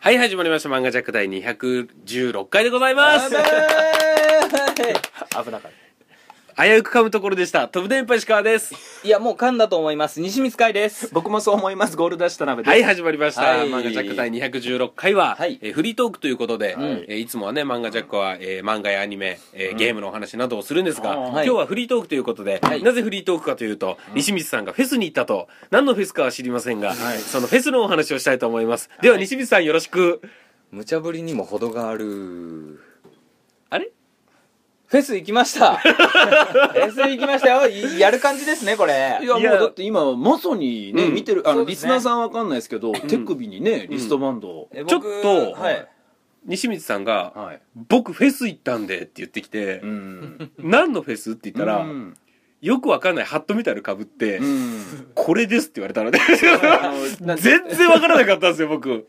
はい、始まりました。漫画ジャック第216回でございます。危なかっ危うく噛むところでした。飛ぶ電波石川です。いや、もう噛んだと思います。西光海です。た僕もそう思いますゴール出した鍋ですはい、始まりました。はい漫画ジャック第216回は、はいえーフリートークということで、んえーいつもはね、漫画ジャックは、えー漫画やアニメ、えーゲームのお話などをするんですが、うん今日はフリートークということで、はいなぜフリートークかというと、西光さんがフェスに行ったと、何のフェスかは知りませんが、そのフェスのお話をしたいと思います。では、西光さんよろしく。無茶ぶりにも程があるあれフェス行きました。 フェス行きましたよ。いやる感じですね、これ。いいややもうだって今まさにね、うん見てるあその、うでリすスねナーさんわかんないですけど、手首にねリストバンドを、えちょっ僕とはい。西光さんが、はい僕フェス行ったんでって言ってきて、うん何のフェスって言ったら、うんよくわかんないハットみたいなの被って、うんこれですって言われたので、あのな 全然わからなかったんですよ、僕。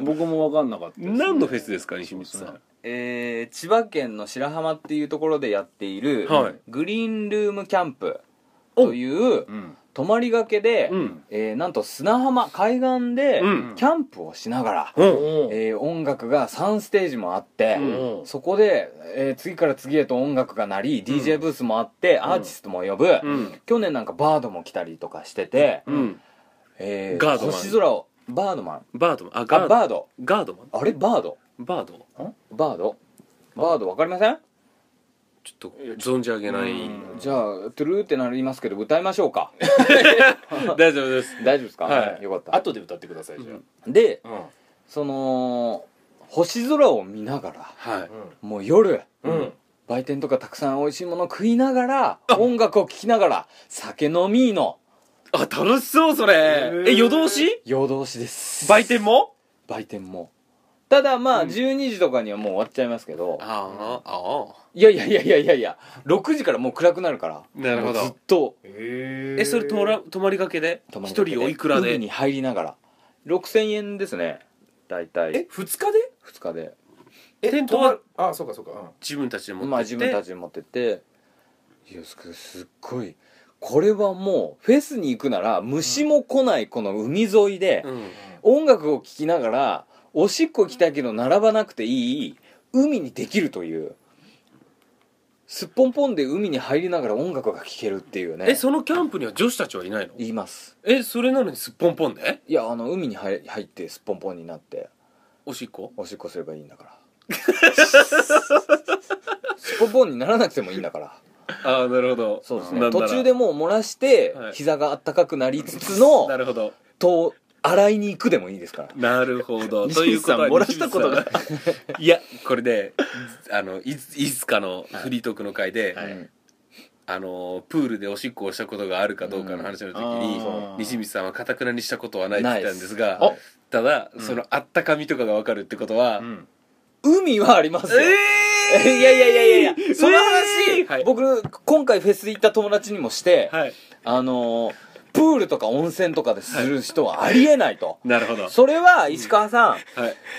僕もわかんなかったですね、何のフェスですか、西光さそうですんね。えー、千葉県の白浜っていうところでやっている、はいグリーンルームキャンプおといううん泊まりがけで、うんえーなんと砂浜海岸でうんキャンプをしながら、うん。えー音楽が3ステージもあって、うんそこで、えー次から次へと音楽が鳴り、DJ ブースもあってアーティストも呼ぶ、うん。去年なんかバードも来たりとかしてて、うん。えーガードマン星空をバードマンバードマン。あ、ガあードマン。バードガードマンあれバードバードバードバードわかりませんちょっと存じ上げない。うんじゃあトゥルーってなりますけど歌いましょう か大丈夫です。大丈夫ですか、はいよかった後で歌ってくださいじゃであ、うんその星空を見ながらはい。もう夜うん売店とかたくさん美味しいもの食いながら音楽を聴きながら酒飲みのあ、楽しそう、それ。へえ、ー夜通し夜通しです売店も売店もただまあ12時とかにはもう終わっちゃいますけど、ああ、ああ。いやいやいやいやいやいや6時からもう暗くなるからなるほどもうずっとえ、それ、とら泊まりがけで泊まりか一け人おいくら海でに入りながら6000円ですね大体え二日で2日でえテントは泊まあそうかそうか、うん自分たちで持まあってっ自分たて。ちで持ってっていやすすっごいこれはもうフェスに行くなら虫も来ないこの海沿いで、うん。音楽を聴きながらおしっこ来たけど並ばなくていい海にできるというすっぽんぽんで海に入りながら音楽が聴けるっていうねえ、そのキャンプには女子たちはいないの言いますえ、それなのにすっぽんぽんでいやあの海に入入ってすっぽんぽんになっておしっこおしっこすればいいんだから すっぽんぽんにならなくてもいいんだからああなるほどそうですねなんなら途中でもう漏らしてはい膝があったかくなりつつのなるほどと洗いに行くでもいいですからなるほ ど西という口ことさんは漏らしたことが西口さんいやこれであのいついつかのフリートークの回で、はいうんあのプールでおしっこをしたことがあるかどうかの話の時に、うんあー西光さんはかたくなにしたことはないって言ってたんですないがでただそのあったかみとかが分かるってことは、うん海はあり ますよ、えいやいやいやいやいやその話、えーはい僕今回フェス行った友達にもして、はいあのープールとか温泉とかでする人はありえないと、なるほどそれは石川さん、はい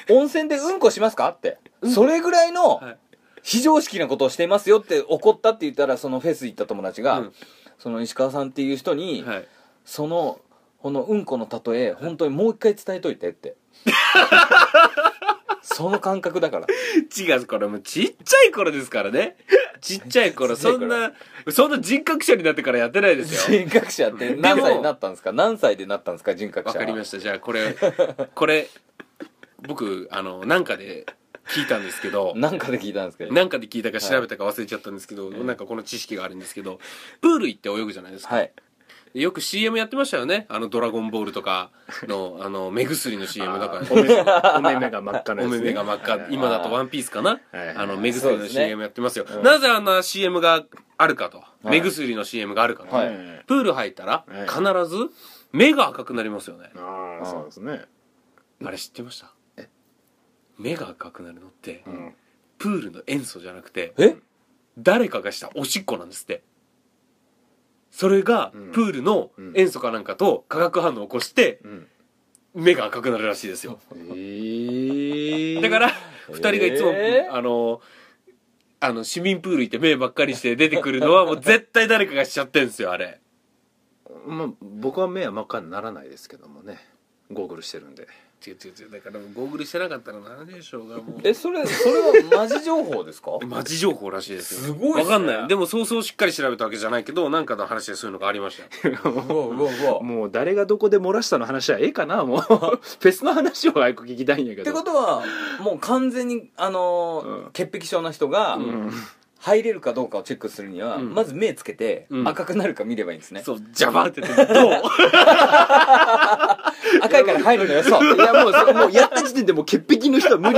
温泉でうんこしますかって、それぐらいのはい非常識なことをしていますよって怒ったって言ったらそのフェス行った友達が、うんその石川さんっていう人に、はいそのこのうんこの例え本当にもう一回伝えといてって その感覚だから違う、これもうちっちゃい頃ですからね。ちっちゃい頃、ちっちゃそいん頃な、そんな人格者になってからやってないですよ。 人格者って何歳になったんですか何歳でなったんですか人格わ者かりましした。 じゃあ、これ、これ、僕、あの、なんかで聞いたんですけど、なんかで聞いたんですけどなんかで聞いたか調べたか忘れちゃったんですけど、なんかこの知識があるんですけど、プール行って泳ぐじゃないですか。はいよく CM やってましたよね。あの、ドラゴンボールとかの、あの、目薬の CM だから、お目目がお目目が真っ赤お なやつ、ね、目目が真っ赤、今だとワンピースかなはいはいあの、目薬そうのですね CM やってますよ。なぜあんな CM があるかと。目薬の CM があるかとはい。プール入ったら、はい必ず目が赤くなりますよね。ああそうですね、あれ知ってました目が赤くなるのって、んプールの塩素じゃなくて、え誰かがしたおしっこなんですって。それが、んプールの塩素かなんかと化学反応を起こして、うん目が赤くなるらしいですよ。えーだから、二人がいつも、えーあの、あの、市民プール行って目ばっかりして出てくるの は、もう絶対誰かがしちゃってんですよ、あれ。まあ、僕は目は真っ赤にならないですけどもねゴーグルしてるんで違う違う違うだからゴーグルしてなかったらなんでしょうがもうえそれそれはマジ情報ですかマジ情報らしいですよすごいっすねわかんないでもそうそうしっかり調べたわけじゃないけどなんかの話でそういうのがありましたようわうわうわもう誰がどこで漏らしたの話はええかなも うフェスの話を早く聞きたいんやけっどてことはもう完全にあのーうん潔癖症な人がうん入れるかどうかをチェックするには、うんまず目つけて、うん赤くなるか見ればいいんですねそうジャバーってやってど う赤いから入るのよそういやもうそもうやった時点でもう潔癖の人は無理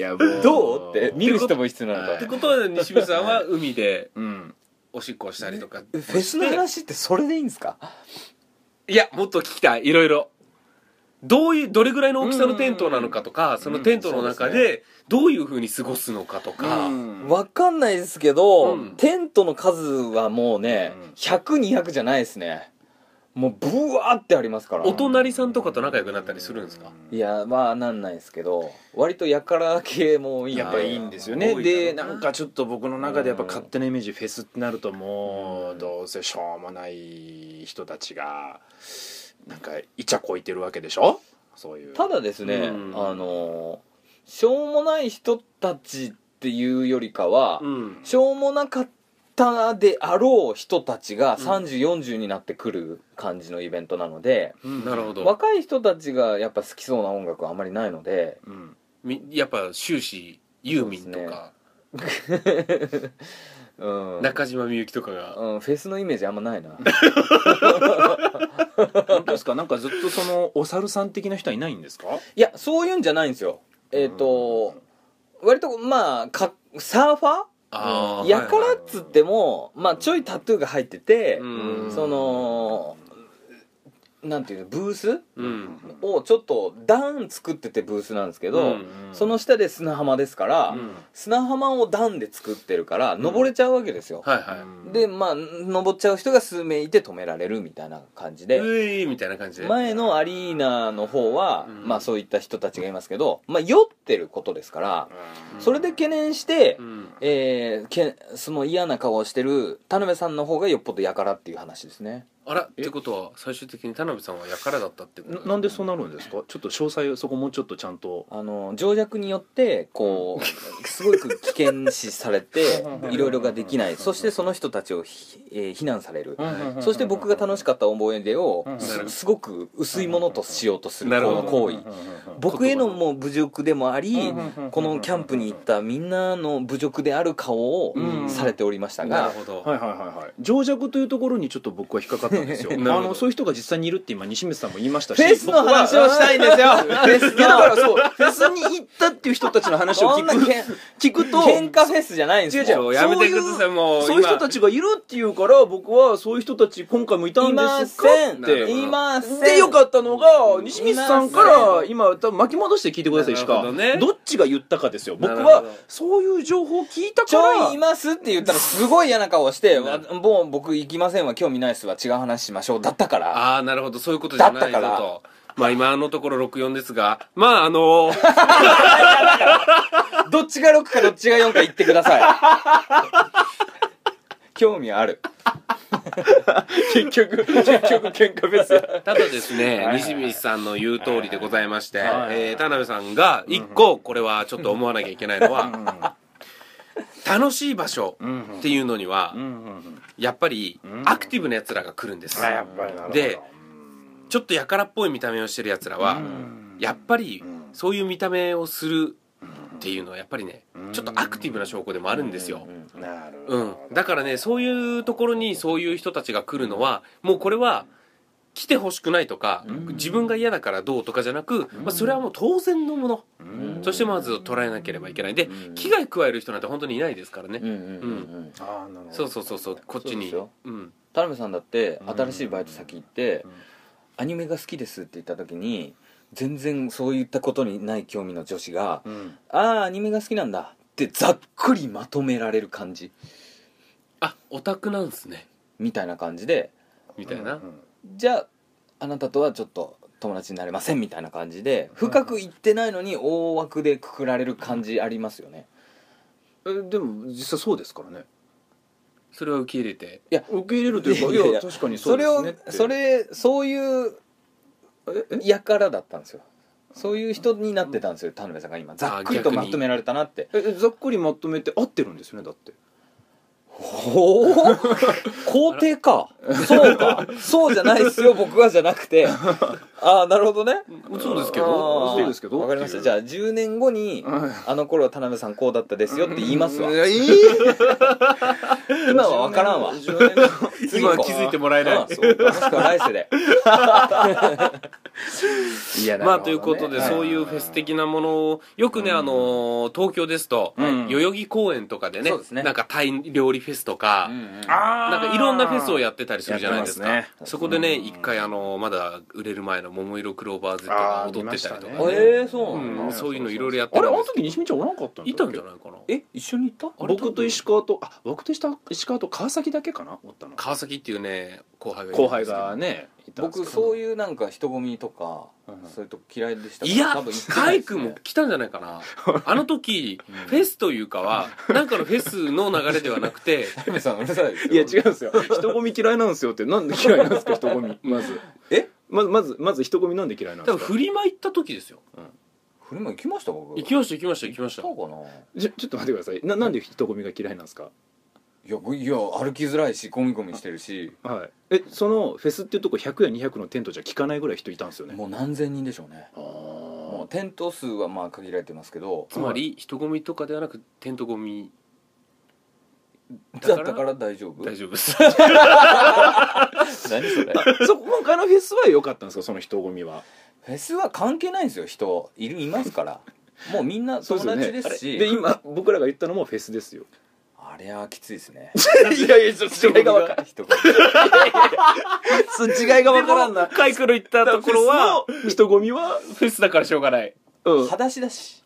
やいやもうどうって見る人も必要なはんってだことは西見さんは海でうんおしっこをしたりとかフェスの話ってそれでいいんですかいやもっと聞きたいいろいろどういうどれぐらいの大きさのテントなのかとかそのテントの中でどういうふうに過ごすのかとか、わかんないですけど、うんテントの数はもうね、100200じゃないですねもうブワーってありますからお隣さんとかと仲良くなったりするんですか、いやまあなんないですけど割とやから系もいいんでやっぱいいんですよ多いねからでなんかちょっと僕の中でやっぱ勝手なイメージフェスってなるともうどうせしょうもない人たちがなんかイチャこいてるわけでしょそういうただですね、うんあのしょうもない人たちっていうよりかは、うんしょうもなかったであろう人たちがうん3040になってくる感じのイベントなので、なるほど若い人たちがやっぱ好きそうな音楽はあんまりないのでうんみやっぱ終始ユーミンとそうですか、うん、中島みゆきとかが、うん、フェスのイメージあんまないな 本当ですかなんかずっとそのお猿さん的な人はいないんですか いやそういうんじゃないんですよえっ、と、割とまあかサーファーあーやからっつっても、まあ、ちょいタトゥーが入ってて、うんそのなんていうのブースうんをちょっと段作っててブースなんですけど、うんその下で砂浜ですから、うん砂浜を段で作ってるから登れちゃうわけですよ、はいはい、でまあ登っちゃう人が数名いて止められるみたいな感じで、うえいみたいな感じで前のアリーナの方は、うんまあそういった人たちがいますけど、まあ、酔ってることですからそれで懸念して、うんえーけその嫌な顔をしてる田辺さんの方がよっぽどやからっていう話ですねあらってことは最終的に田辺さんはやからだったってことななんでそうなるんですかちょっと詳細をそこもうちょっとちゃんとあの情弱によってこうすごく危険視されて いろいろができないそしてその人たちをひ、えー非難されるそして僕が楽しかった思い出をすすごく薄いものとしようとするなるこほどの行為僕へのもう侮辱でもありこのキャンプに行ったみんなの侮辱である顔をうんされておりましたながるほど、はいはいはいはい情弱というところにちょっと僕は引っかかった んですよあなるほどのそういう人が実際にいるって今西光さんも言いましたしフェスの話をしたいんです よフェスいやだのからそうフェスに行ったっていう人たちの話をそ聞んなけんく聞くと喧嘩フェスじゃないんです違よもうやめてくださいもうそういう人たちがいるっていうから僕はそういう人たち今回もいたいんまですかせんっていませんでよかったのが西光さんかいまら今多分巻き戻して聞いてくださいなしるかほど,、どねっちが言ったかですよ僕なるほはどそういう情報を聞いたちかょいいらますって言ったらすごい嫌な顔をして、わもう僕行きませんわ、興味ないっすわ、違う話しましょう、だったから。ああなるほどそういうことじゃないぞだったかとまあ今のところ64ですがまああ のどっちが6かどっちが4か言ってください。 興味ある。結局結局喧嘩フェスやただですねいはい西光さんの言う通りでございまして、はいはいえー田辺さんが一個これはちょっと思わなきゃいけないのは、楽しい場所っていうのには、やっぱりアクティブなやつらが来るんです、でちょっとやからっぽい見た目をしてるやつらは、やっぱりそういう見た目をするっていうのはやっぱりねちょっとアクティブな証拠でもあるんですよ、なるうん、だからねそういうところにそういう人たちが来るのはもうこれは来てほしくないとか、自分が嫌だからどうとかじゃなく、まあ、それはもう当然のもの、そしてまず捉えなければいけないで、危害加える人なんて本当にいないですからね、うんうんうんうん。あーなるほどそうそうそうそうこっちそうでにすようん田辺さんだって、新しいバイト先行って、アニメが好きですって言った時に、全然そういったことにない興味の女子が、うんああ、アニメが好きなんだってざっくりまとめられる感じ、あオタクなんすねみたいな感じで、みたいな、うんじゃああなたとはちょっと友達になれませんみたいな感じで深く言ってないのに大枠でくくられる感じありますよねえでも実際そうですからねそれを受け入れて受け入れるというかいいややいやいや確かにそそうでれすをねってそれそういうやからだったんですよそういう人になってたんですよ田辺さんが今ざっくりと逆まにとめられたなってえざっくりまとめて合ってるんですよねだってほう皇帝かそうかそうじゃないっすよ僕はじゃなくてああなるほどねそうですけあどーそうですけどわかりましたっていうじゃあ10年後にあの頃は田辺さんこうだったですよって言いますわえ今は分からんわ次今行はこう気づいてもらえあなあそうかもしくは来世でいやいまあということでそういうフェス的的なものをよくねあのー東京ですとん代々木公園とかでねそうですねなんかタイ料理フェスとかあなんかいろんなフェスをやってたりするじゃないですかやってますそこでね一回あのまだ売れる前の「桃色クローバー Z」が踊ってたりとかあー見まねしたねええそううなんだんそういうのいろいろやってあるれあんのです時西見ちゃんおらんかったんだっけいたんじゃないかなえ一緒にいた僕と石川とあ僕と石川と川崎だけかなおったの川崎っていうね後輩がいる後輩がねいたんです僕けどそういうなんか人混みとかうんそういうとこ嫌いでしたからいや多分行ってなカいイですね 君も来たんじゃないか なあの時フェスというかはなんかのフェスの流れではなく て田辺さんうるさいですよいや違うんですよ人混み嫌いなんですよってなんで嫌いなんですか人混 みまずえままずまず人混みなんで嫌いなんで多す分かフリマ行った時ですよフリマ行きました僕行きました行きました行きました行ったかなちょちょっと待ってくださいななんで人混みが嫌いなんですかいやいや歩きづらいしゴミゴミしてるしはいえそのフェスっていうとこ100や200のテントじゃ効かないぐらい人いたんですよねもう何千人でしょうねあもーうテント数はまあ限られてますけどつまり人混みとかではなくテントゴミだったから大丈夫大何丈夫ですそれそう今回のフェスは良かったんですかその人混みはフェスは関係ないんですよ人いるいますからもうみんな友達ですよしねあれで今僕らが言ったのもフェスですよあれはき ついですねいやいやちょっと違いが分かる人混みそう違いが分からんなカイ君の行ったところ はフェスの人混みはフェスだからしょうがないうん裸足だし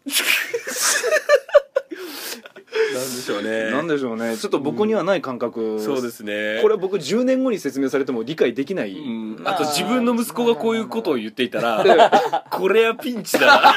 なんでしょうねなんでしょうねちょっと僕にはない感覚そうですねこれは僕10年後に説明されても理解できない、うんまああと自分の息子がこういうことを言っていたらこれはピンチだな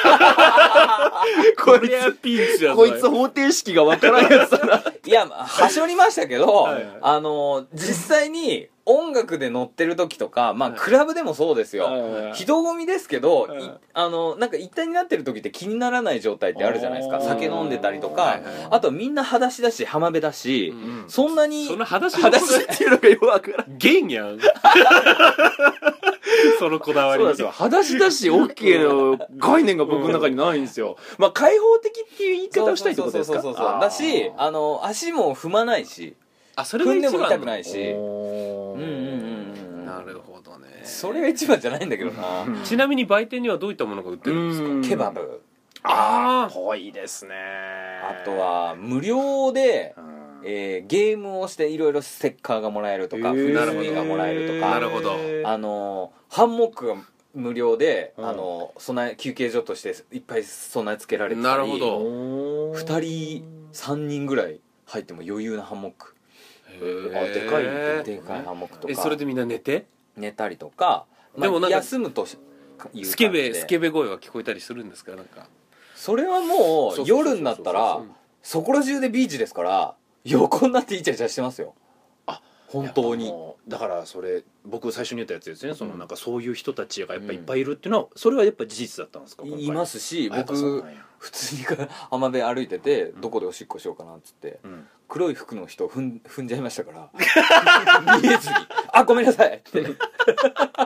これはピンチだぞこいつ方程式がわからんやつだないやはしょりましたけどはいはいあの実際に音楽で乗ってる時とかまあクラブでもそうですよ 人混みですけど、はいいあのなんか一体になってる時って気にならない状態ってあるじゃないですかあー酒飲んでたりとか、はいはいあとみんな裸足だし浜辺だし、うんそんなにその話裸足っていうのがよくわからんゲンやんそのこだわそうりなんですよ裸足だし OK の概念が僕の中にないんですよまあ開放的っていう言い方をしたいってことですかそうそうそうそうあーだしあの足も踏まないしあそれが踏ん一で番も痛くないいしうんうんうんうんなるほどねそれが一番じゃないんだけどなちなみに売店にはどういったものが売ってるんですかケバブああぽいですねああとは無料でう、んえーゲームをしていろいろステッカーがもらえるとかへーフリスビーがもらえるとかなるほどあのハンモックが無料で、うんあの備え休憩所としていっぱい備え付けられてたりなるほどおー2人3人ぐらい入っても余裕なハンモックあでかいねねでかいハンモックとえかそれでみんな寝て寝たりとか、まあでもなんか休むとしいうスケ感ベじでスケベ声は聞こえたりするんですかなんかそれはもそうそうそうそううそう夜になったらうんそこら中でビーチですから横になってイチャイチャしてますよあ本当にやっぱもうだからそれ僕最初に言ったやつですねそのなんかそういう人たちがやっぱいっぱいいるっていうのは、それはやっぱ事実だったんですかいますすし僕僕普通に か浜辺歩いててどこでおしっこしようかなっつってうん黒い服の人踏ん踏んじゃいましたから 見えずに「あごめんなさい」って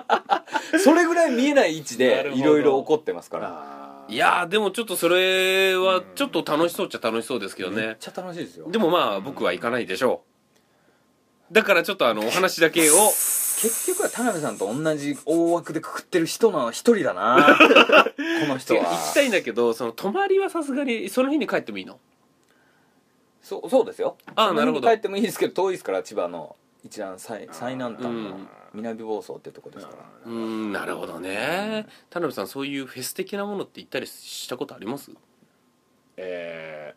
それぐらい見えない位置なでるほどいろいろ怒ってますからあーいやーでもちょっとそれはちょっと楽しそうっちゃ楽しそうですけどめっねちゃ楽しいですよでもまあ僕は行かないでしょうだからちょっとあのお話だけを結局は田辺さんと同じ大枠でくくってる人の一人だなこの人行はきたいんだけどその泊まりはさすがにその日に帰ってもいいのそうそうですよああなるほ日にど帰ってもいいですけど遠いですから千葉の一番最最南端うのん南房総ってとこですから、うーんなるほどね田辺さんそういうフェス的なものって行ったりしたことありますえ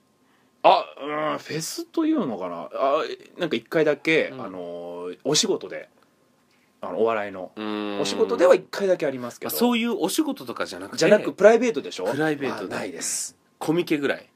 ーあ、うん、フェスというのかなあなんか一回だけ、うんあのーお仕事であのお笑いのうーんお仕事では一回だけありますけあど、そういうお仕事とかじゃなくてじゃなくプライベートでしょプライベートであないですコミケぐらい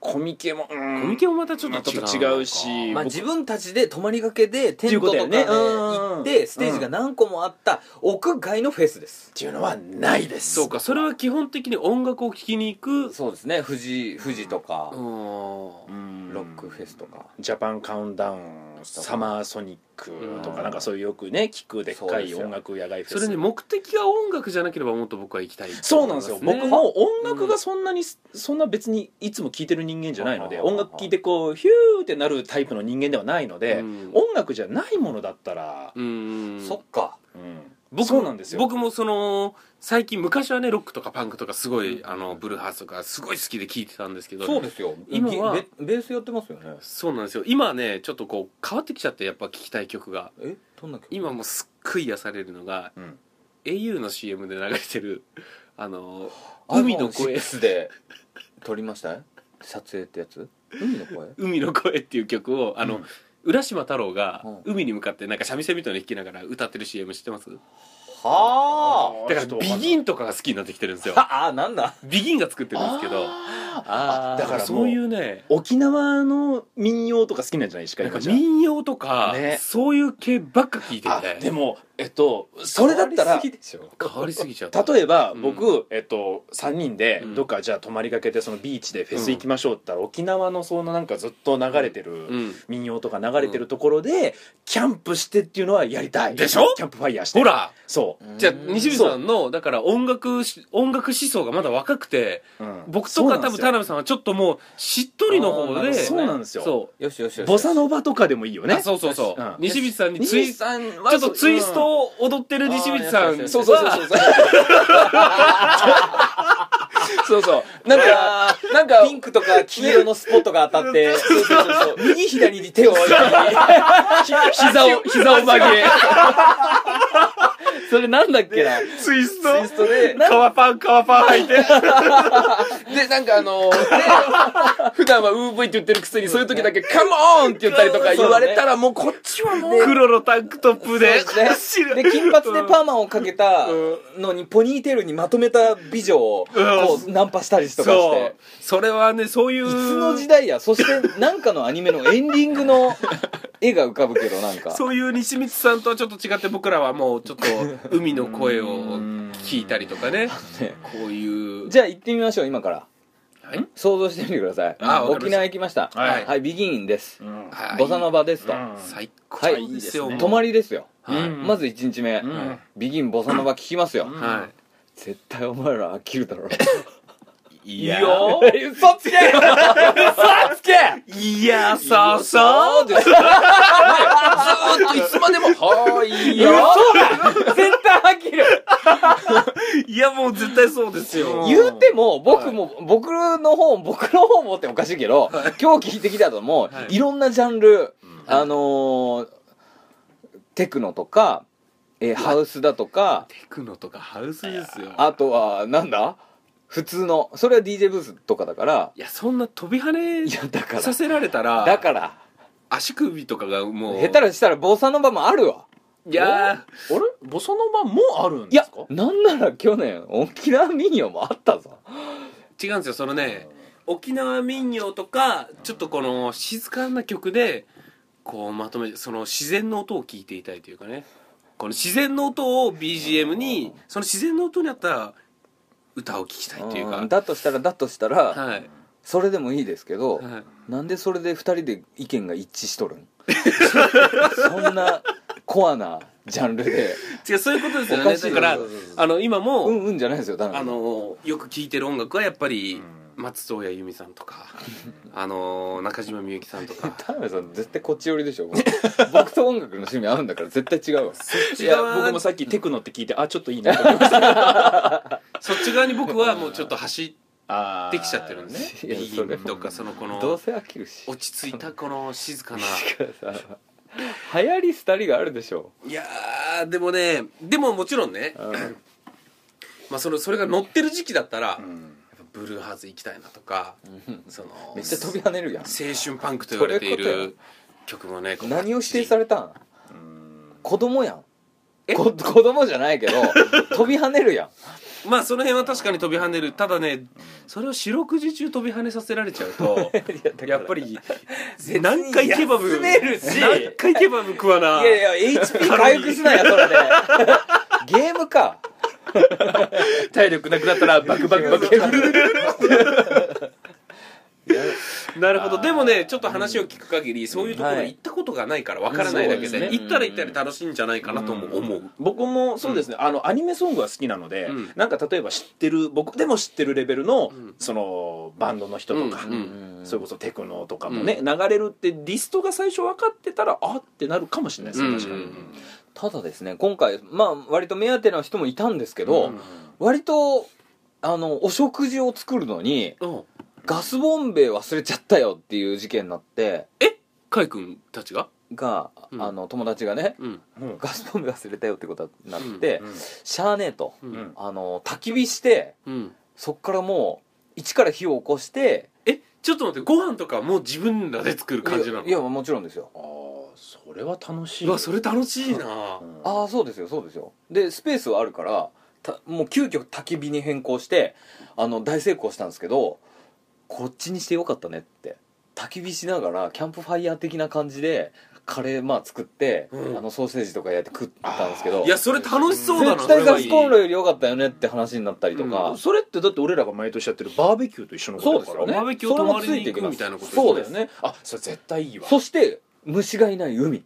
コミケもココミケもまたちょっまとた違う,、違うしまあ、僕自分たちで泊まりがけでテントとかっねていうことだよねうん行ってステージが何個もあった屋外のフェスですっていうのはないですそうかそれは基本的に音楽を聴きに行くそうですね富士富士とかうんロックフェスとかジャパンカウントダウンサマーソニックとかなんかそういうよくね聞くでっそかうですいよ音楽野外フェスそれね目的が音楽じゃなければもっと僕は行きたいそうなんですよ思い僕まも音楽がそんなに、そんな別にいつも聴いてる人間じゃないのうでん音楽聴いてこうヒューってなるタイプの人間ではないので、うん音楽じゃないものだったら、うんそっかうん僕もそうなんですよ僕もその最近昔はねロックとかパンクとかすごいあのブルーハーツとかすごい好きで聴いてたんですけどそうですよ今はベベースやってますよねそうなんですよ今はねちょっとこう変わってきちゃってやっぱ聴きたい曲がえどんな曲今もうすっごい癒されるのが、うん au の CM で流れてる あの海海のの声声で撮りました撮影ってやつ海の声「海の声」っていう曲をあの、うん浦島太郎がう海に向かってなんか三味線みたいなの弾きながら歌ってる CM 知ってますはだからビギンとかが好きになってきてるんですよ ああなんだビギンが作ってるんですけどあだからもうそういうね沖縄の民謡とか好きなんじゃないですかなんかゆかちゃん民謡とか、ねそういう系ばっか聞いてあてでもえっとそれだったら変わりすぎでしょ変わりすぎちゃう例えばうん僕、えっと、3人でうんどっかじゃあ泊まりがけてそのビーチでフェス行きましょうって言ったら、沖縄のそのなんかずっと流れてる、うん民謡とか流れてるところで、キャンプしてっていうのはやりたいでしょキャンプファイヤーしてほらそう、じゃあ西水さんのだから音楽し音楽思想がまだ若くてうん僕とか多分田辺さんはちょっともうしっとりの方でそうなんですよそよしよしよしボサノバとかでもいいようねあそうそうそう、うん西水さんにツイ西ちさんはょっとツイストを踊ってる西水さうんんあーそうそうそうそうそうそうそうなんかあーなんかピンクとか黄色のスポットが当 たってそうそうそうそう右左に手を置いてひ膝を膝を曲 げそれなんだっけなツイスツイストで革パン革パン履いてでなんかあのー普段はウーブイって言ってるくせにそういう時だけ「カモーン!」って言ったりとか言われたらもうこっちはもう黒のタンクトップでそうですねで金髪でパーマをかけたのにポニーテールにまとめた美女をこうナンパしたりとかしそうてそれはねそういういつの時代やそしてなんかのアニメのエンディングの絵が浮かぶけどなんかそういう西光さんとはちょっと違って僕らはもうちょっと海の声を聞いたりとかねねこういうじゃあ行ってみましょう今からはい想像してみてくださいあわかりました沖縄行きましたはいビギンですうんはいボサノバですとうん最高はいですよ、いいですね泊まりですよはい、うんまず1日目んビギンボサノバ聞きますよんは絶対お前ら飽きるだろうい、いいややー嘘つけ嘘つけいやそうそうですずーっといつまでも「はいよ」絶対飽きるいやもう絶対そうですよ言うても僕も、僕の方も僕の方もっておかしいけど、今日聞いてきたとも、はいい、ろんなジャンル、あのーテクノとか、えーハウスだとかテクノとかハウスですよあとはなんだ普通のそれは DJ ブースとかだからいやそんな飛び跳ねいやだからさせられたらだから足首とかがもう下手らしたら坊さんの場もあるわいやあれボサノバもあるんいでやすかなんなら去年沖縄民謡もあったぞー違うんですよそのね沖縄民謡とかちょっとこの静かな曲でこうまとめその自然の音を聞いていたいというかねこの自然の音を BGM にその自然の音に合った歌を聴きたいというかうんだとしたらだとしたら、はい、それでもいいですけど、はいなんでそれで2人で意見が一致しとるん そんなコアなジャンルで違うそういうことですよおかしいねだよからそうそあの今も、うんうんじゃないですよだかあのよく聴いてる音楽はやっぱりう松任谷由実さんとか あの中島みゆきさんとか田辺さん絶対こっち寄りでしょ僕 僕と音楽の趣味合うんだから絶対違うわいや違う僕もさっきテクノって聞いてあちょっといいな と思いましたそっち側に僕はもうちょっと走っあーてきちゃってるんでね いやビギそれンとかそのこどうのせ飽きるし落ち着いたこの静 かなだからさ流行り廃りがあ るでしょいやーでもねでももちろんね、まあ、そのそれが乗ってる時期だったら、ブルーハーツ行きたいなとか、そのめっちゃ飛び跳ねるやん青春パンクと言われていそういうこる曲もねこう何を指定されたん子供やんこ子供じゃないけ ど飛び跳ねるやんまあその辺は確かに飛び跳ねるただねそれを四六時中飛び跳ねさせられちゃう とやっぱり何回ケバブ休めるし何回ケバブ食わないやいや HP 回復すなよそれで ゲームか 体力なくなったらバクバクバクなるほどでもねちょっと話を聞く限りそういうところはい行ったことがないからわからないだけうんそで,、うですね行ったら行ったら楽しいんじゃないかなとも思う、僕もそうですね、あのアニメソングは好きなので、うんなんか例えば知ってる僕でも知ってるレベルの、んそのバンドの人とか、うんうんそれこそテクノとかもね、流れるってリストが最初分かってたらあってなるかもしれないですね、確かに、うんただですね今回まあ割と目当ての人もいたんですけど、割とあのお食事を作るのにうんガスボンベ忘れちゃったよっていう事件になってカイ君たちがが、うんあの友達がねうんガスボンベ忘れたよってことになって、うんしゃあねえと、うんうんあの焚き火してうんそっからもう一から火を起こしてえちょっと待ってご飯とかはもう自分らで作る感じなのいやいやもちろんですよああそれは楽しいうわそれ楽しいなうんああそうですよそうですよでスペースはあるからたもう急遽焚き火に変更してあの大成功したんですけどこっちにしてよかったねって焚き火しながらキャンプファイヤー的な感じでカレーまあ作って、うんあのソーセージとかやって食ったんですけどいやそれ楽しそうだな絶それ対はガいスいコンロより良かったよねって話になったりとか、それってだって俺らが毎年やってるバーベキューと一緒のことだからそうですよねバーベキュー泊まりに行くみたいなことそそううでですすねあそれ絶対いいわそして虫がいない海、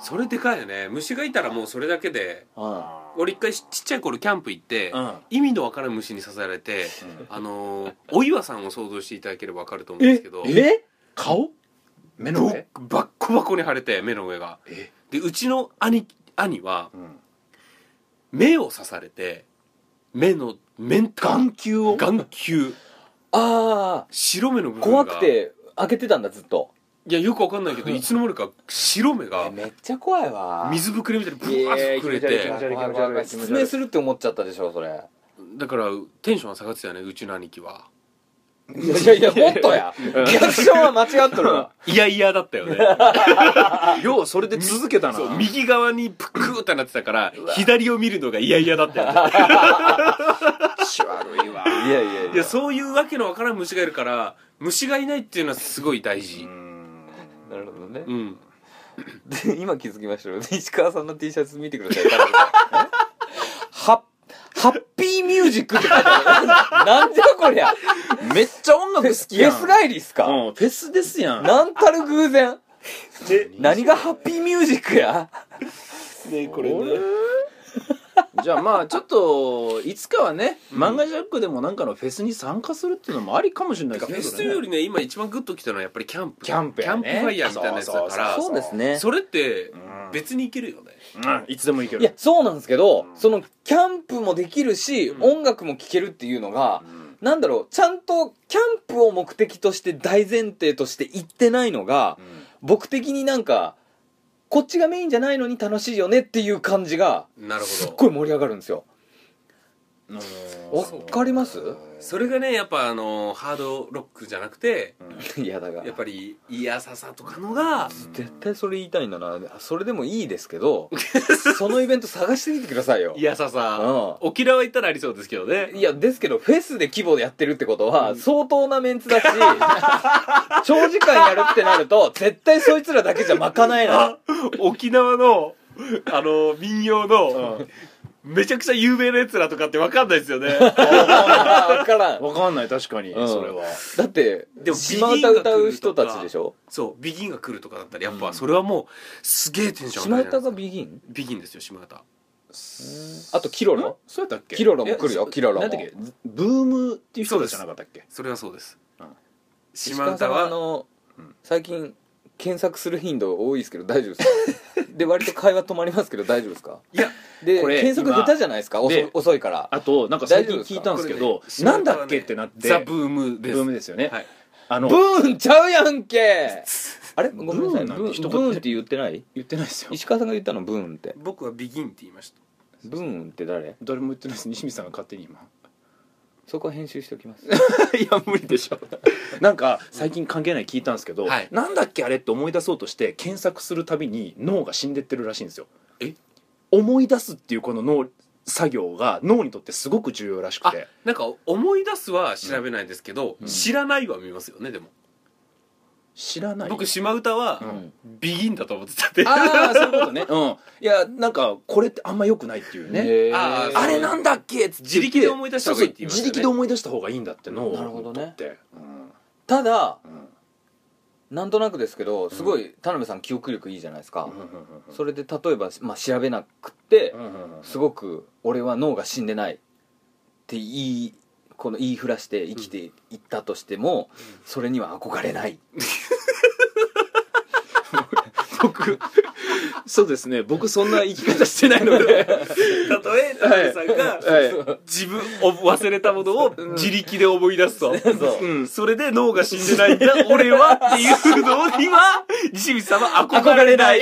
それでかいよね虫がいたらもうそれだけでは俺一回ちっちゃい頃キャンプ行って、うん意味のわからん虫に刺されて、あのーお岩さんを想像していただければわかると思うんですけどい、え顔目のぼ上バッコバコに腫れて目の上がえでうちの兄兄はうん目を刺されて目の面眼眼球を眼球ああ白目の部分が怖くて開けてたんだずっといやよくわかんないけどいつの間にか白目がえめっちゃ怖いわ水ぶくれみたいにブワーッと膨れいやいや気持ち悪い気持ち悪いて怖い怖い怖い説明するって思っちゃったでしょそれだからテンションは下がってたよねうちの兄貴はいやいやもっとやリアクションは間違っとるわいやいやだったよねようそれで続けたなそう右側にプクーってなってたから左を見るのがいやいやだったよね気持ち悪いわ いやいやいやそういうわけのわからん虫がいるから虫がいないっていうのはすごい大事なるほどねうんで今気づきましたよ石川さんの T シャツ見てくださいハッハッピーミュージックって書いてある なんじゃこりゃめっちゃ音楽フ好ェきやんスライリーっすか、うんフェスですやんなんたる偶然何がハッピーミュージックやねこれねじゃあまあちょっといつかはね漫画ジャックでもなんかのフェスに参加するっていうのもありかもしれないフですねェスとそいうれよねりね今一番グッときたのはやっぱりキャンプキャンプキやャンねプファイヤーみたいなやつだからそうですねそれってうん別にいけるよねうんいつでもいけるいやそうなんですけどそのキャンプもできるし、音楽も聴けるっていうのが、なんだろうちゃんとキャンプを目的として大前提として行ってないのが、僕的になんかこっちがメインじゃないのに楽しいよねっていう感じがなるすっほごどい盛り上がるんですようんわかりますそれがねやっぱあのハードロックじゃなくていやだかやらっぱりいやささとかのが絶対それ言いたいんだなそれでもいいです けどそのイベント探してみてくださいよいやささうん沖縄行ったらありそうですけどねいや、ですけど、フェスで規模でやってるってことは、相当なメンツだし、長時間やるってなると、絶対そいつらだけじゃまかないな。沖縄のあの民謡のめちゃくちゃ有名なやつらとかってわかんないですよ ねわからん。わかんない確かにうんそれはだって、でも島唄歌う人たちでしょそうビギンが来るとかだったらやっぱそれはもうすげえテンション島上がるじ唄ゃないでがすかビギンビギンですよ島唄あと、キロロそうやったっけキロロも来るよえキロロもなんだっけズブームっていう人たちじゃなかったっけそれはそうですうん島石川さ唄んは、あはのん、最近、検索する頻度多いですけど、大丈夫ですかで、割と会話止まりますけど、大丈夫ですかいやで、これ検索下手じゃないですか遅いで遅いから。あとなんか最近聞いたんですけど大丈夫ですかなんだっけってなってザ・ブームブですームですよねはい あブのーンちゃうやんけ あれごめんなさい。ブブーンなんて一ーン言ブーンって言ってない言ってないですよ石川さんが言ったのブーンって僕はビギンって言いましたブーンって誰誰も言ってないです西見さんが勝手に今そこは編集してお きます いや無理でしょなんか最近関係ない聞いたんですけど、はいなんだっけあれって思い出そうとして検索するたびに脳が死んでってるらしいんですよえ思い出すっていうこの脳作業が脳にとってすごく重要らしくあてなんか思い出すは調べないですけど、知らないは見ますよねでも知らない僕島唄は、んビギンだと思ってたんでああそういうことねうんいやなんかこれってあんま良くないっていうねへーあーあれなんだっけっつって自力で思い出した方がいいって言いまそうそうした自よね力で思い出した方がいいんだって脳なるほどねにとってただうんうんなんとなくですけどすごい田辺さん記憶力いいじゃないですか、それで例えば、まあ、調べなくって、うんうんうんすごく俺は脳が死んでないって言いこの言いふらして生きていったとしても、それには憧れない僕そうですね僕そんな生き方してないのでたとえ田辺さんが はい自分を忘れたものを自力で思い出すとうんそれで脳が死んでないんだ俺はっていうのには西光さんは憧れない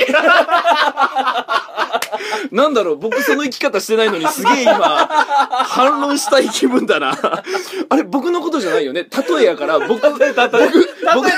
なんだろう僕その生き方してないのにすげえ今反論したい気分だなあれ僕のことじゃないよね例えやから僕僕例え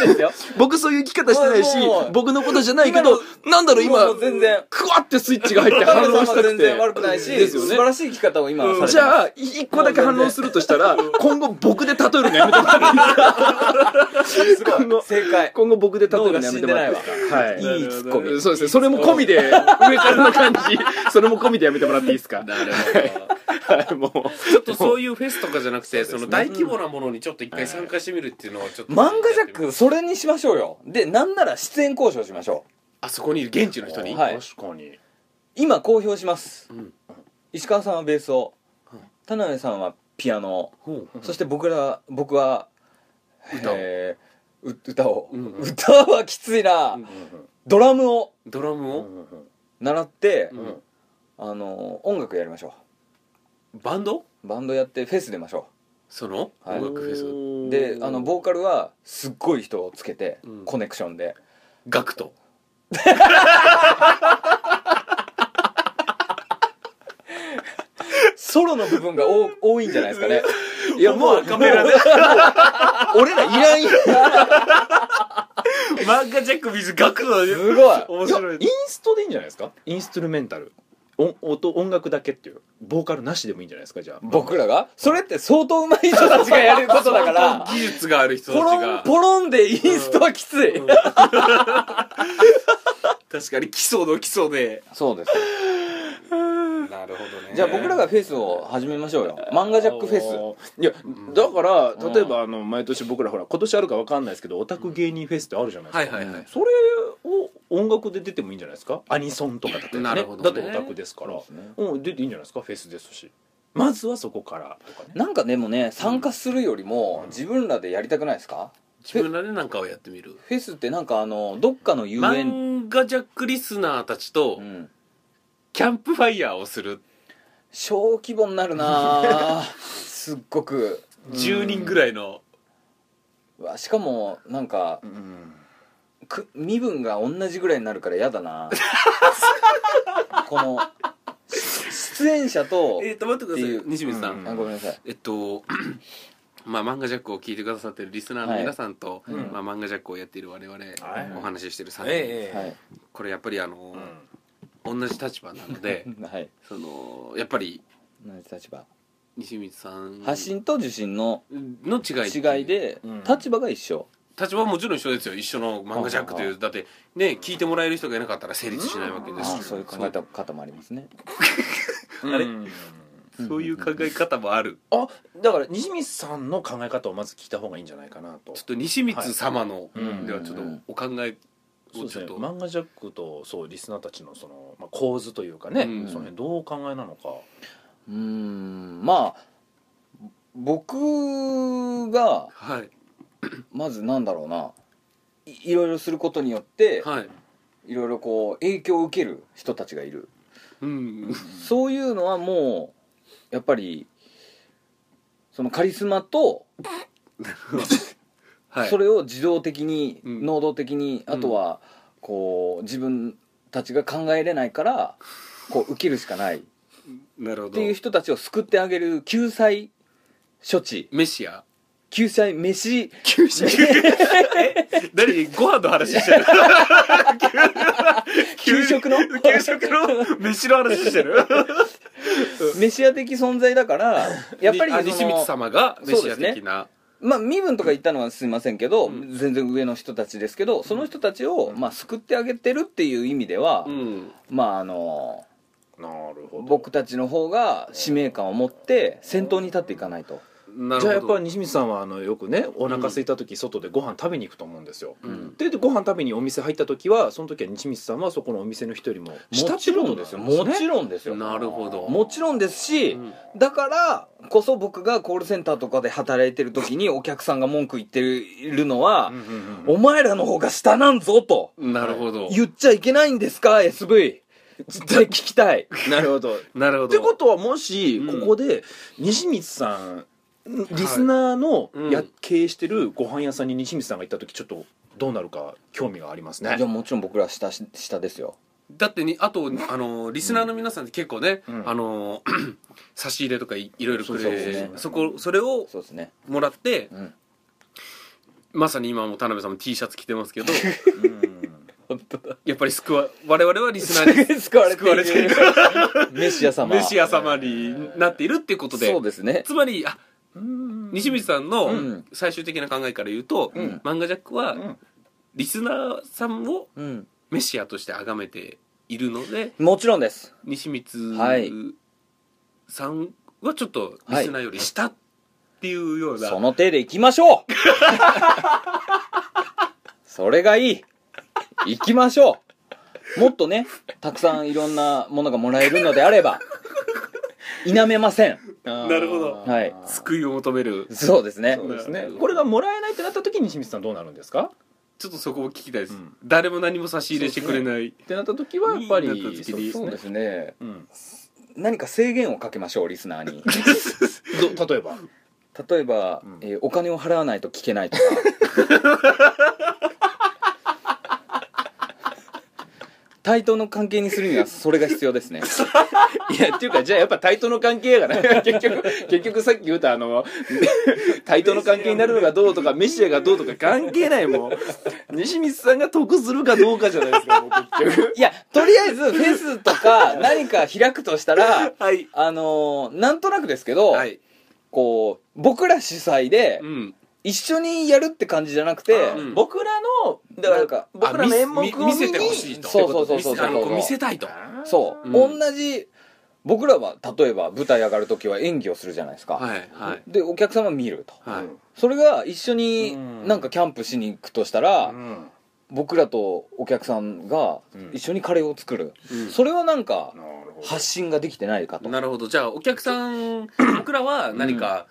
ですよ僕そういう生き方してないしもうもう僕のことじゃないけどなんだろうも今う全然クワってスイッチが入って田反辺さん論したはくて全然悪くないし、ですよ素ね晴らしい生き方を今されてますじゃあい一個だけ反論するとしたら今後僕で例えるのやめてもらっていいですか 今後正解今後僕で例えるのやめてもらっていいですかはいいいツッコミそうですねそれも込 みで上からの感じそれも込みでやめてもらっていいですかなるほどはいもうちょっとそういうフェスとかじゃなくてその大規模なものにちょっと一回参加してみるっていうのはちょっと漫画ジャックそれにしましょうよでなんなら出演交渉しましょあそこにいる現地の人にはい確かにう今公表します、うん石川さんはベースを、田辺さんはピアノをほそして僕ら僕は歌をえーう歌を、うんうん歌はきついな、ドラムをうドラムを習って、んあの音楽やりましょバンドうバンドやってフェス出ましょそのはい音楽フェスうであのボーカルはすっごい人をつけて、うんコネクションでガクトソロの部分が多 多いんじゃないですかねいやもうカメラで俺らいらんよ漫画ジャック with ガクトだよすごい面白いインストでいいんじゃないですかインストゥルメンタル音音音楽だけっていうボーカルなしでもいいんじゃないですかじゃあ僕らがそれって相当上手い人たちがやることだから技術がある人ポたちロがンポロンでインストはきつい、確かに基礎の基礎でそうですなるほどねじゃあ僕らがフェスを始めましょうよ漫画ジャックフェスいやだから例えばあの毎年僕らほら今年あるかわかんないですけどオタク芸人フェスってあるじゃないではすいか、はいはいそれを音楽で出てもいいんじゃないですかアニソンとかだとねなるほどだねとオタクですからうそうですねん出ていいんじゃないですかフェスですしまずはそこからとかねなんかでもね参加するよりも自分らでやりたくないですか自分らでなんかをやってみるフェスってなんかあのどっかの遊園漫画ジャックリスナーたちとうんキャンプファイヤーをする小規模になるなぁ すっごく10人ぐらいのうわしかもなんかく身分が同じぐらいになるから嫌だな このし出演者とえっと待ってくださっいていう西水さうんあごめんなさいえっとまあ、漫画ジャックを聞いてくださってるリスナーの皆さんと、まあ、漫画ジャックをやっている我々、いお話ししてる3人、はいこれやっぱりあの、同じ立場なの ではいそのやっぱり同じ立場西光さん発信と受信のの違いって違いでうん立場が一緒立場はもちろん一緒ですよ一緒の漫画ジャックというだってね聞いてもらえる人がいなかったら成立しないわけあであすしそういう考え方もありますねあれうんそういう考え方もあるあだから西光さんの考え方をまず聞いた方がいいんじゃないかなとちょっと西光様のうんではちょっとお考えそをうでちすょねっと漫画ジャックとそうリスナーたちのその、まあ、構図というかね、うんその辺どうお考えなのか、うーんまあ僕がはいまずなんだろうないいろいろすることによってはいいろいろこう影響を受ける人たちがいるうんそういうのはもうやっぱりそのカリスマとはいそれを自動的に、うん能動的にあとはこう自分たちが考えれないからこう受けるしかないっなるほてどいう人たちを救ってあげる救済処置メシア救済飯九州何ご飯の話してる 給食の 給 食の飯の話してるメシア的存在だからやっぱりあその西光様がメシア的なまあ身分とか言ったのはすいませんけど、全然上の人たちですけどその人たちを、まあ、救ってあげてるっていう意味では、うんまああのなるほど僕たちの方が使命感を持って先頭に立っていかないとなるほどじゃあやっぱ西光さんはあのよくねお腹空いた時外でご飯食べに行くと思うんですよ、うんででご飯食べにお店入った時はその時は西光さんはそこのお店の人よりも下もってちころとんなですよねもちろんですよなるほどもちろんですし、うんだからこそ僕がコールセンターとかで働いてる時にお客さんが文句言ってるのは、うんうんうんお前らの方が下なんぞとなるほど言っちゃいけないんですか SV 絶対聞きたいなるほどなるほどってことはもしうんここで西光さんリスナーのうんや経営してるご飯屋さんに西光さんが行った時ちょっとどうなるか興味がありますねいやもちろん僕ら下し下ですよだってにあとあのリスナーの皆さんって結構ね、うんあの 差し入れとかいいろいろくれそうるそうそうそこそれをそうですねもらって、うんまさに今も田辺さんも T シャツ着てます けど本当だやっぱり救わ我々はリス ナーに救われて救われているるメシア様メシア様になっているっていうことでそうですねつまりあ西光さんうのん最終的な考えから言うと、うんマンガジャックはリスナーさんをうんメシアとして崇めているのでもちろんです西はい光さんはちょっとリスナーより下っていうような、その手で行きまし ょうそれがいい行きましょうもっとねたくさんいろんなものがもらえるのであれば否めませんなるほどはい救いを求めるそうですねそうですねこれがもらえないってなった時に西光さんどうなるんですかちょっとそこも聞きたいです、うん誰も何も差し入れしてくれない、ってなった時はやっぱりになった時にそうですねうん何か制限をかけましょうリスナーにど例えば例えば、うんえーお金を払わないと聞けないとか対等の関係にするにはそれが必要ですねいやっていうかじゃあやっぱ対等の関係やから 結局結局さっき言ったあの 対等の関係になるのがどうとかメシアがどうとか関係ないもう西光さんが得するかどうかじゃないですかもう結局いや、とりあえずフェスとか 何か開くとしたら、はいあのーなんとなくですけど、はいこう、僕ら主催でう、ん一緒にやるって感じじゃなくて、うん僕らのなだんからか僕らの演目を見あ見せ見せてほしいとそうそうそうそう見せあのこう見せたいとそう、うん同じ、僕らは例えば舞台上がるときは演技をするじゃないですか。はいはいで、お客様見ると。はい、それが一緒にうんなんかキャンプしに行くとしたら、僕らとお客さんがうん一緒にカレーを作る。うんそれはなんかなるほ発信ができてないかと。なるほどじゃあお客さん僕らは何か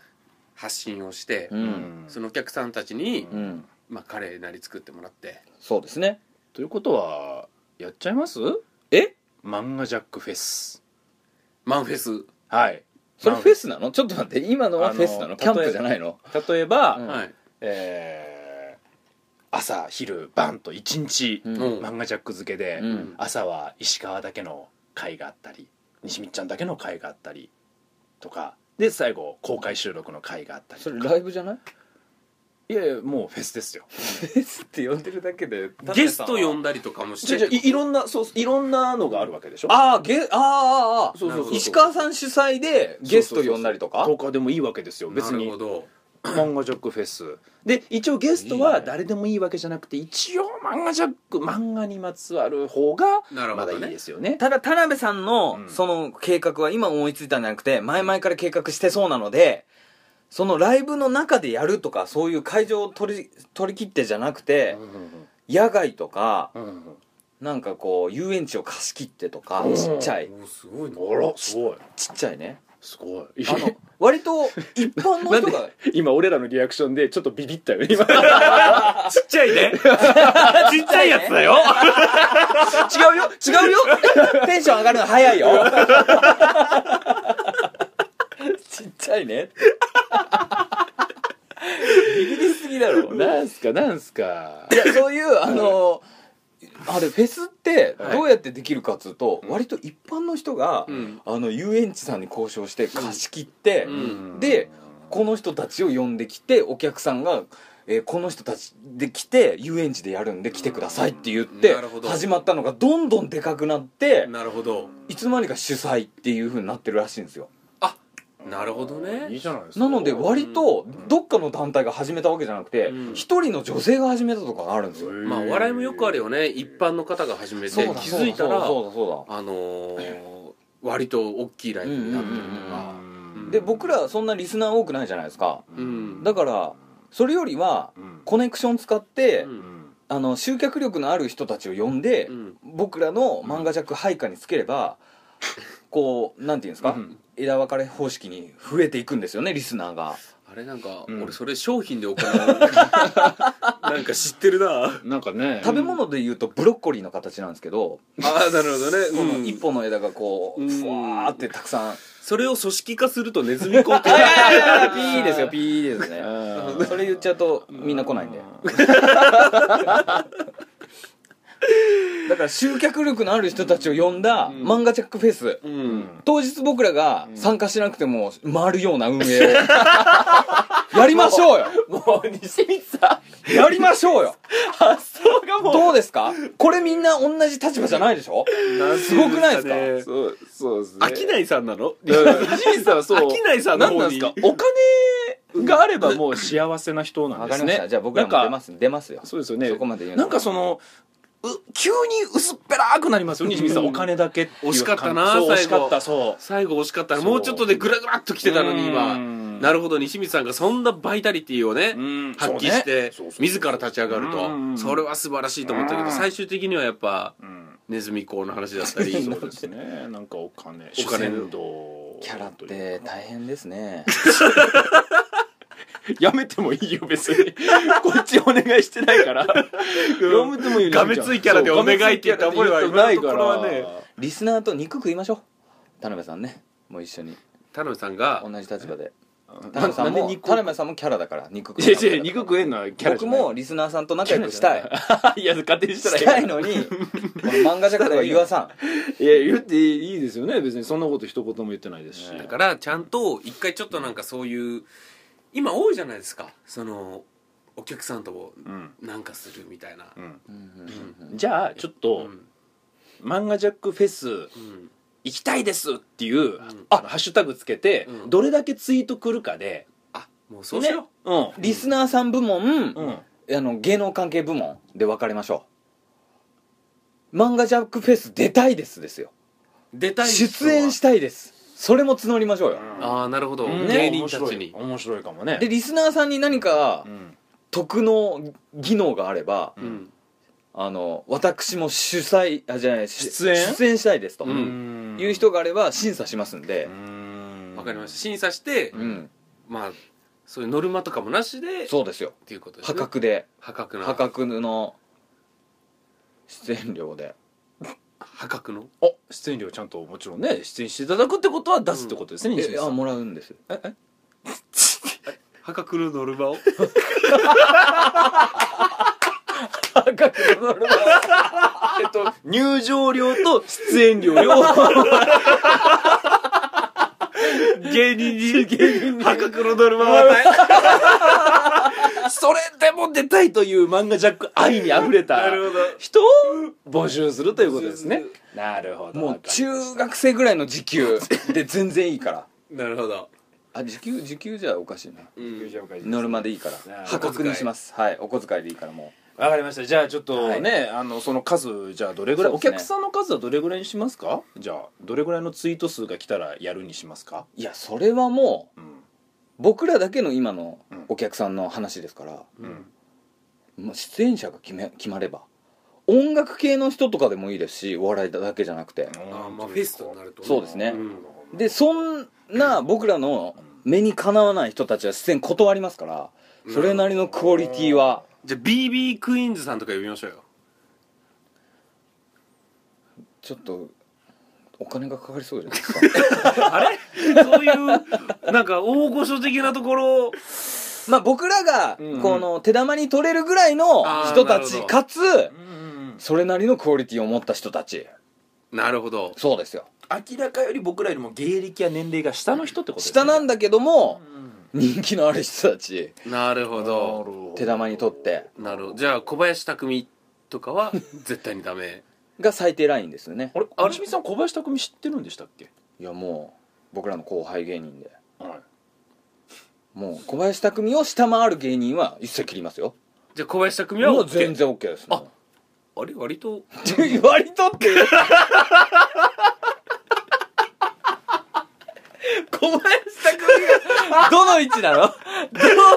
発信をして、うどん。そのお客さんたちに、うん。まあ、カレーなり作ってもらってそうですね。ということはやっちゃいますえ漫画ジャックフェスマンフェス、はいそれフェススなのちょっと待って今のはフェスなあののキャンプじゃないの例えば、うんはいえー朝昼晩と一日、うんうん漫画ジャック付けで、うん朝は石川だけの会があったり西光ちゃんだけの会があったりとかで最後公開収録の会があったりそとれかライブじゃないいやいやもうフェスですよフェスって呼んでるだけでゲスト呼んだりとかもし じゃてじゃいいろんなそういろんなのがあるわけでしょああゲあーあーあーそうそうそう石川さん主催でゲスト呼んだりとかとかでもいいわけですよ別なるにほど漫画ジャックフェスで一応ゲストは誰でもいいわけじゃなくて一応漫画ジャック漫画にまつわる方がなるほまだいどいねですよねただ田辺さんのうんその計画は今思いついたんじゃなくて前々から計画してそうなのでそのライブの中でやるとかそういう会場を取り取り切ってじゃなくて野外とかうんうんうんなんかこう遊園地を貸し切ってとかちっちゃいおーすごいなあらすごいちっちゃいねすごいあの割と一般の人が 今俺らのリアクションでちょっとビビったよね今ちっちゃいねちっちゃいやつだよ違うよ違う よテンション上がるの早いよちっちゃいねビビりすぎだろいなんすかなんすかやそういうあのあれフェスってどうやってできるかっつうと、割と一般の人が、うんあの遊園地さんに交渉して貸し切って、うんでこの人たちを呼んできてお客さんが、えーこの人たちで来て遊園地でやるんで来てくださいって言ってなるほど始まったのがどんどんでかくなってなるほどいつの間にか主催っていう風になってるらしいんですよあなるほどいいねじゃないですかなので割とどっかの団体が始めたわけじゃなくてうん一人の女性が始めたとかがあるんですよまあお笑いもよくあるよね一般の方が始めて気そうだづいたらそうだそうあのー割と大きいライブになってるとかだで僕らそんなリスナー多くないじゃないですかうんだからそれよりはうんコネクション使って、うんあの集客力のある人たちを呼んで、うん僕らの漫画弱配下につければ、こうなんていうんですか、枝分かれ方式に増えていくんですよねリスナーがあれなんかうん俺それ商品で行うなんか知ってるななんかね食べ物でいうとブロッコリーの形なんですけど、ああなるほどねこのうん一本の枝がこううんふわーってたくさん、それを組織化するとネズミコートピーですよピーですねうんそれ言っちゃうとみんな来ないんでだから集客力のある人たちを呼んだ漫画チャックフェス、うん当日僕らが参加しなくても回るような運営を やりましょうよもう西光さやりましょうよん発想がもうどうですかこれみんな同じ立場じゃないでしょすごくないですかそうそうですね飽きないさんなのだから西光さんはそう飽きないさんのなん方なんでにすかお金があればもう幸せな人なんわでかりすましねたじゃあ僕らも出なまんかす出ますよそうですよねそこまで言うのなんかそのう急に薄っぺらーくなりますよ西光さんお金だけっていう惜しかったな感じそう惜最し後かったそう最後惜しかったらそうもうちょっとでグラグラっと来てたのにう今んなるほど西光さんがそんなバイタリティをねうん発揮してそうねそうそう自ら立ち上がるうんとそれは素晴らしいと思ったけうんど最終的にはやっぱうんネズミ講の話だったり そうですねなんかお金お金ののキャラって大変ですねやめてもいいよ別に こっちお願いしてないからやめてもいいよがめついキャラでお願いって言った覚えはそうがめついキャラで言っ今のとこたことないろかはリスナーと肉食いましょう田辺さんねもう一緒に田辺さんが同じ立場でら田辺さんなもな田んで肉辺さんもキャラだから肉食いやいいや肉食えんのはキャラじ僕ゃないもリスナーさんと仲良くしたい いや勝手にしたらいし いたいのにこの漫画ジャックとか岩さんいや言っていいですよね別にそんなこと一言も言ってないですし、だからちゃんと一回ちょっとなんかそういう今多いじゃないですかそのお客さんともうんなんかするみたいなうんうんじゃあちょっうと、ん漫画ジャックフェスうん行きたいですっていう、んあのハッシュタグつけて、うんどれだけツイート来るかで、あもうそうしようんリスナーさん部門、うんあの芸能関係部門で分かれましょう漫画ジャックフェス出たいですですよう出たい人出は演したいですそれも募りましょうよ、ああなるほどうん芸人たちに面白い面白いかもねでリスナーさんに何かうん特の技能があれば、うんあの私も主催あじゃないし出演出演したいですと、ううんんいう人があれば審査しますんでう、んわかりました審査してうんまあそういうノルマとかもなしでっそうですよていうことです破ね格で破格な破格の出演料で破格のお出演料ちゃんともちろんね出演していただくってことは出すってことですね、西え水あさんもらうんですよ破格のノルマをえっと入場料と出演料を 芸人に破格のノルマを与え それでも出たいという漫画ジャック愛にあふれたなるほど人を募集するということですねなるほどもう中学生ぐらいの時給で全然いいからなるほど あ時給時給じゃおかしいなうんノルマでいいかあらー破格にしますはいお小遣いでいいからもわかりましたじゃあちょっとね、あのその数じゃあどれぐらい、そおうですね客さんの数はどれぐらいにしますかじゃあどれぐらいのツイート数が来たらやるにしますかういやそれはもううん僕らだけの今のうんお客さんの話ですから、うんまあ、出演者が決め決まれば音楽系の人とかでもいいですしお笑いだけじゃなくてあーまあフェストになるとそうですねんでそんな僕らの目にかなわない人たちは出演断りますからそれなりのクオリティはじゃあ BB クイーンズさんとか呼びましょうよちょっとお金がかかりそうじゃないですかあれ そういうなんか大御所的なところまあ僕らがうんうんこの手玉に取れるぐらいの人たあーなるほちどかつうんそれなりのクオリティを持った人たちなるほどそうですよ明らかより僕らよりも芸歴や年齢が下の人ってことですね下なんだけどもうん人気のある人たちなるほど手玉に取ってなるほどじゃあ小林匠とかは絶対にダメが最低ラインですよねあれあじみさん小林匠知ってるんでしたっけいやもう僕らの後輩芸人ではいもう小林匠を下回る芸人は一切切りますよじゃあ小林匠はも OK う全然 OK ですねああれ割と割と って小林匠どの位置なのどの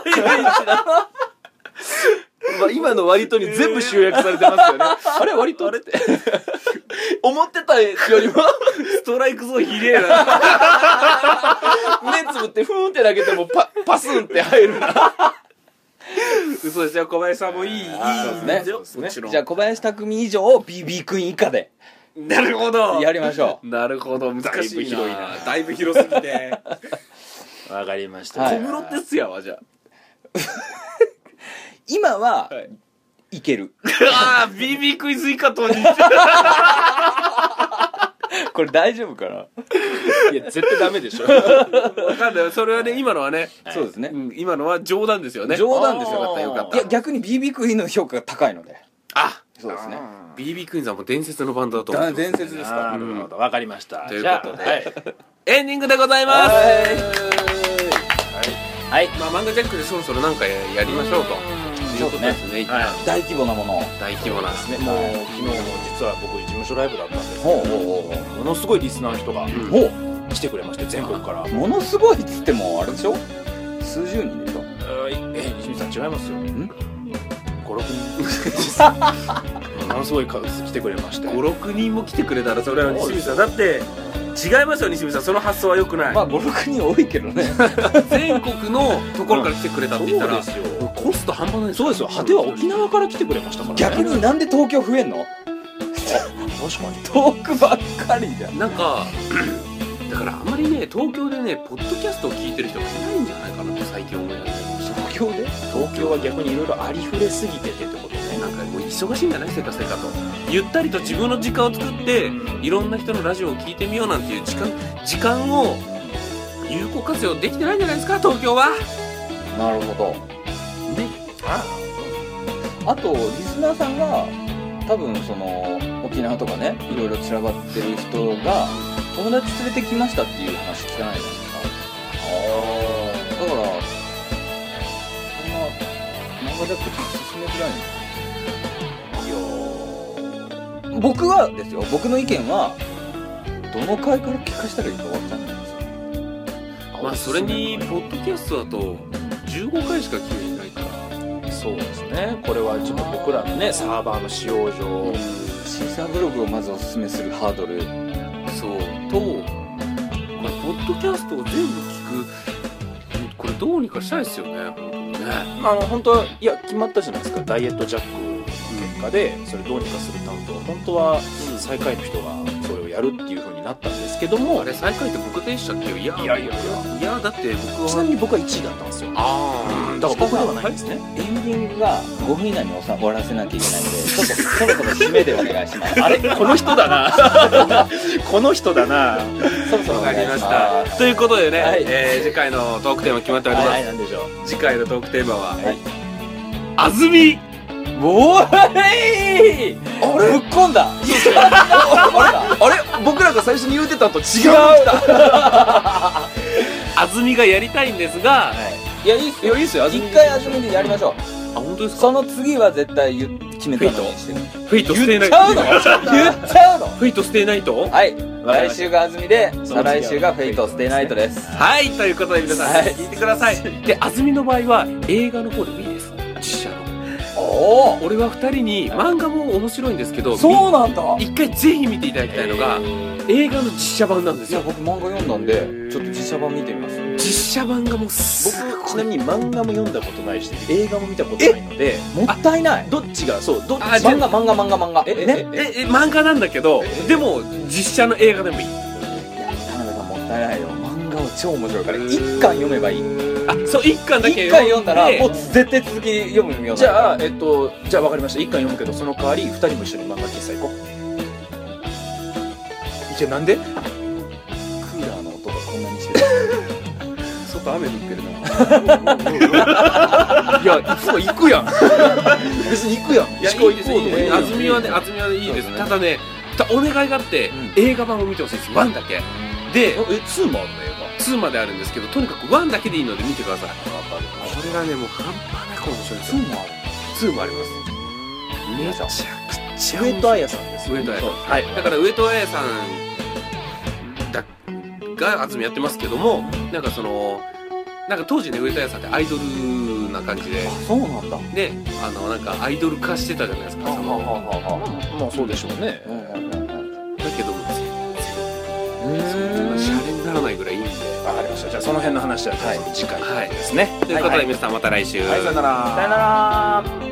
位置なのまあ、今の割とに全部集約されてます よね。あれ割とって思ってたよりも、ストライクゾーンひれえな目つぶってふーんって投げてもパ、パスンって入るな。 嘘ですよ小林さんもいいいいそうですねよもちろんじゃあ小林匠以上を BB 君以下でなるほどやりましょなるほど難しいなだいぶ広広いなだいぶ広すいなぎてわかりましう、はい小室哲也はじゃあ今ははいいける ああ BB クイズ以下と似てるこれ大丈夫かないや、絶対ダメでしょ。わかんないそれはね今のはね、そうですねうん今のは冗談ですよね冗談ですよあーよかったよかっいたや逆に BB クイーンの評価が高いのであそうですね BB クイーンさんも伝説のバンドだと思だう伝説ですかなるほど。わかりました。ということでじゃあはいエンディングでございますはいまあ漫画ジャックでそろそろなんかやりましょうということですね一旦は大規模なものを大規模なね、もう昨日も実は僕事務所ライブだったんですほうほうものすごいリスナーの人がうんほうほ来てくれまして全国からうものすごいっつってもあれでしょ数十人でしょえ西見さん違いますよん56人 ものすごい数来てくれまして56人も来てくれたらそれは西見さんだって違いますよ西見さんその発想はよくない、まあ56人多いけ どね全国のところから来てくれたって言ったら、そうですよコスト半端ないですそうですよ果ては沖縄から来てくれましたから、ね、逆になんで東京増えんの確かに遠くばっかりじゃんなんか だからあまりね東京でねポッドキャストを聞いてる人がいないんじゃないかなって最近思い始めました東京で東京は逆にいろいろありふれすぎててってことねなんかもう忙しいんじゃないせかせかとゆったりと自分の時間を作っていろんな人のラジオを聞いてみようなんていう時間時間を有効活用できてないんじゃないですか東京はなるほねどあとリスナーさんが多分その沖縄とかねいろいろ散らばってる人が友達連れてきましたっていう話聞かないじゃないですかだからあんま漫画ジャック進めづらいいやー僕はですよ僕の意見はどの回から聞かしたらいいか分かんないんですよまあそれにポッドキャストだと15回しか聞いてないからそうですねこれはちょっと僕らのねサーバーの使用上シーサーブログをまずおすすめするハードルそうとこれポッドキャストを全部聞くこれどうにかしたいですよね本当にねあの本当はいや決まったじゃないですかダイエットジャックの結果でそれどうにかする担当本当は最下位の人がそれをやるっていう風になったんですけどもあれ最下位って僕でしたっけいやいやいやいやいやだって僕ちなみはに僕は1位だったんですよあだから僕ではないんですねエンディングが5分以内に収まらせなきゃいけないのでちょっとそろそろ締めでお願いし ますあれこの人だ なこの人だなそろそろおわか願いりしまますしたということでね、はいえー次回のトークテーマ決まっております、はいなんでしょう次回のトークテーマは、はい安住おーいぶっこんだああれ僕らが最初に言うてたんと違う安住がやりたいんですが、いやいいっすいやよいいっすよ一回味見でやりましょうあ本当ですかその次は絶対言う決めたのにしてるフェイトステイナ言イっちトゃうの言っちゃうのフェイトステイナイトはいわかりました来週が安住でそ再の次は来週がフェイトステイナイトですはいということで皆さん、はい聞いてくださいで安住の場合は映画の方でもいいです実写のおお俺は2人に漫画も面白いんですけどそうなんだ一回ぜひ見ていただきたいのが映画の実写版なんですいやよ僕漫画読んだんでちょっと実写版見てみます実写版がもうす僕ちなみに漫画も読んだことないし映画も見たことないのでもったいないどっちがそうどっちあじゃあ漫画漫画漫画漫画えねええ漫画なんだけどでも実写の映画でもいいいや田辺さんもったいないよ漫画は超面白いから一巻読めばいいあそう1巻だけ一巻読んだらでもう絶対続き読むようになるじゃあえっとじゃあ分かりました一巻読むけどその代わり二人も一緒に漫画喫茶行こういやなんでクーラーの音がこんなにしてるそうかと雨降って るないやいつも行くやん別に行くやんいやい思考いで行すこうとかいいです言う厚みはね厚みはねいいですそうですねただねたお願いがあって映画版を見てほしいです1だけでえツーもあるの映2まであるんですけどとにかく1だけでいいので見てくださいこれがねもう半端なく面白いですよ2もありますめちゃくちゃ画上戸彩さんです上戸彩さんはいだから上戸彩さんだが渥美やってますけどもなんかそのなんか当時ね上戸彩さんってアイドルな感じでそうなんだであのなんかアイドル化してたじゃないですかそのまあそうでしょうねだけども全然そんなシャレにならないぐらいいいんでわかりましたじゃあその辺の話は、はい、次回はいですねということで皆さんまた来週、はいさよならさよなら